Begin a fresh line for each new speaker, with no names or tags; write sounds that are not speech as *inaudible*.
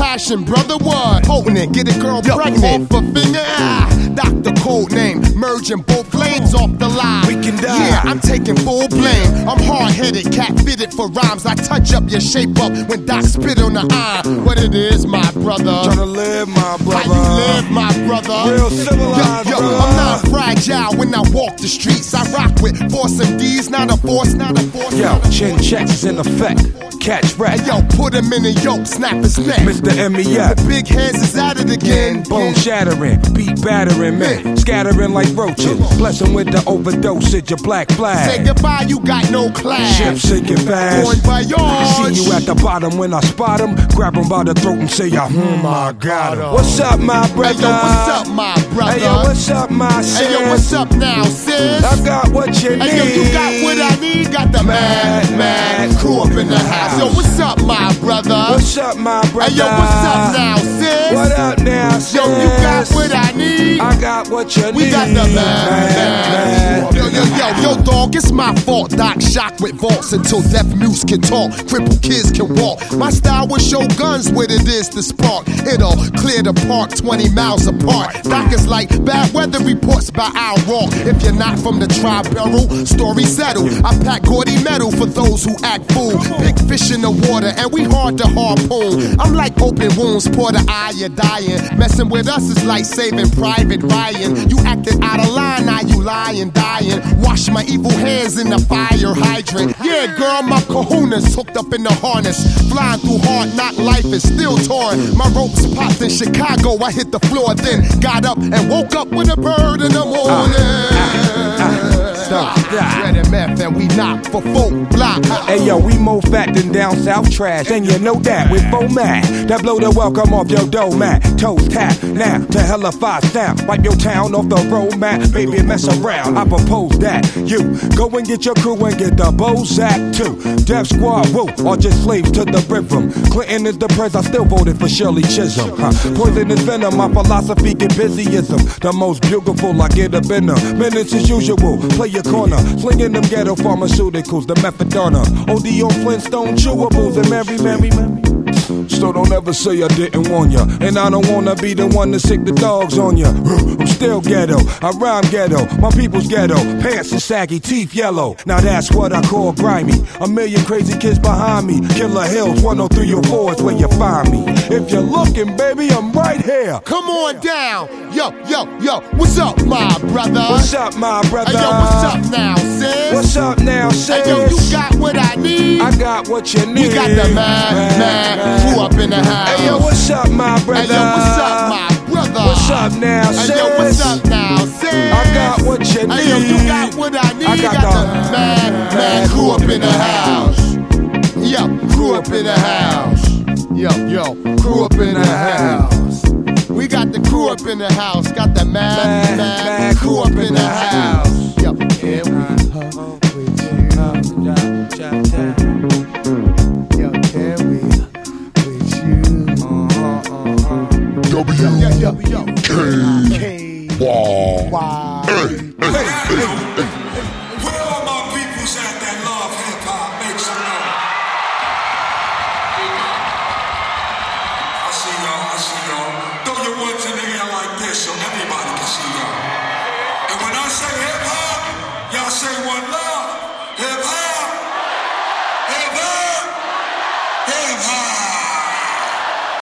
Action, brother, what? Potent, get a girl
Yo,
pregnant. Off a finger, ah. Doctor code name, merging both lanes off the line.
We can die.
Yeah, I'm taking full blame. I'm hard headed, cat fitted for rhymes. I touch up your shape up when Doc spit on the eye. What it is, my brother?
Tryna live, my brother.
How you live, my brother?
Real civilized,
yo, yo,
brother.
I'm not fragile when I walk the streets. I rock with force and D's, not a force, not a force.
Yo,
not a
chin
force.
checks in effect. Catch rat.
Hey, yo, put him in a yoke, snap his neck.
Mr. MEF.
Big hands is at it again.
E Bone shattering, beat battering, men scattering like roaches. Blessing with the overdosage of black
Say
flag.
goodbye, you got no class.
Ship sinking
Going
fast.
by yards.
See you at the bottom when I spot 'em. Grab 'em by the throat and say, I, hmm, I got 'em." What's up, my brother?
Mm, Hey, yo, what's up, my brother?
Hey, yo, what's up, my sis?
Hey, yo, what's up now, sis?
I got what you need.
Hey, yo, you got what I need. Got the mad, mad crew up in the house. Yo, what's up, my brother?
What's up, my brother?
Hey, yo, what's up now, sis?
What up now, sis?
Yo, you got what I need.
I got what you need.
We got the
man.
man. Yo, yo, yo, yo, dog, it's my fault. Doc shock with vaults until deaf mutes can talk. Crippled kids can walk. My style will show guns what it is to spark. It'll clear the park 20 miles apart. Doc is like bad weather reports by Al Rock. If you're not from the tribe barrel, story settled. I pack gaudy metal for those who act fool. Big fish in the water, and we hard to harpoon. I'm like open wounds, pour the eye, you're dying. Messing with us is like saving Private Ryan. You acted out of line, now you lying, dying. Wash my evil hands in the fire hydrant. Yeah, girl, my kahunas hooked up in the harness. Flying through hard knock life is still torn. My ropes popped in Chicago, I hit the floor, then got up and woke up with a bird in the morning.
Ah, stop.
Red and meth, and we knock for folk block.
Hey yo, we more fat than down south trash, and you know that with format that blow the welcome off your dough mat. Toes tap now to hell of five stamp. Wipe your town off the road map, baby. Mess around, I propose that you go and get your crew and get the Bozak too. Death squad woo, or just slaves to the rhythm. Clinton is the pres, I still voted for Shirley Chisholm. Huh. Poison is venom, my philosophy get busyism. The most beautiful I get up in them. Minutes as usual, play your corner. Slinging them ghetto pharmaceuticals, the methadone. OD on Flintstone chewables and Mary, Mary, Mary. Still don't ever say I didn't warn ya. And I don't wanna be the one to sick the dogs on ya. *laughs* I'm still ghetto, I rhyme ghetto, my people's ghetto. Pants are saggy, teeth yellow. Now that's what I call grimy. A million crazy kids behind me. Killer Hills, 103 or 4 is where you find me. If you're looking, baby, I'm right here.
Come on down. Yo, yo, yo, what's up, my brother?
What's up, my brother?
Hey, yo, what's up now, sis?
What's up now,
Hey,
sis?
yo, you got what I need.
I got what you need.
we got the mad, mad crew up in the house.
Hey, yo, what's up, my brother?
Hey, yo, what's up, my brother?
What's up now,
Hey,
sis?
yo, what's up now, sis?
I got what you need.
Hey, yo, you got what I need.
I got
the
the
mad, mad crew up in the house. Yo, crew up in the house. Yo, yo, crew up in the house. We got the crew up in the house. Got the mad,
Mad,
mad
mad
crew up in the house. Yo, here we Yo, here we with you. Yo, yo, yo, yo.
Where all my peoples at that love hip hop? Make some noise. I see y'all, I see y'all. Throw your ones in the air like this so everybody can see y'all. And when I say hip hop, y'all say one love.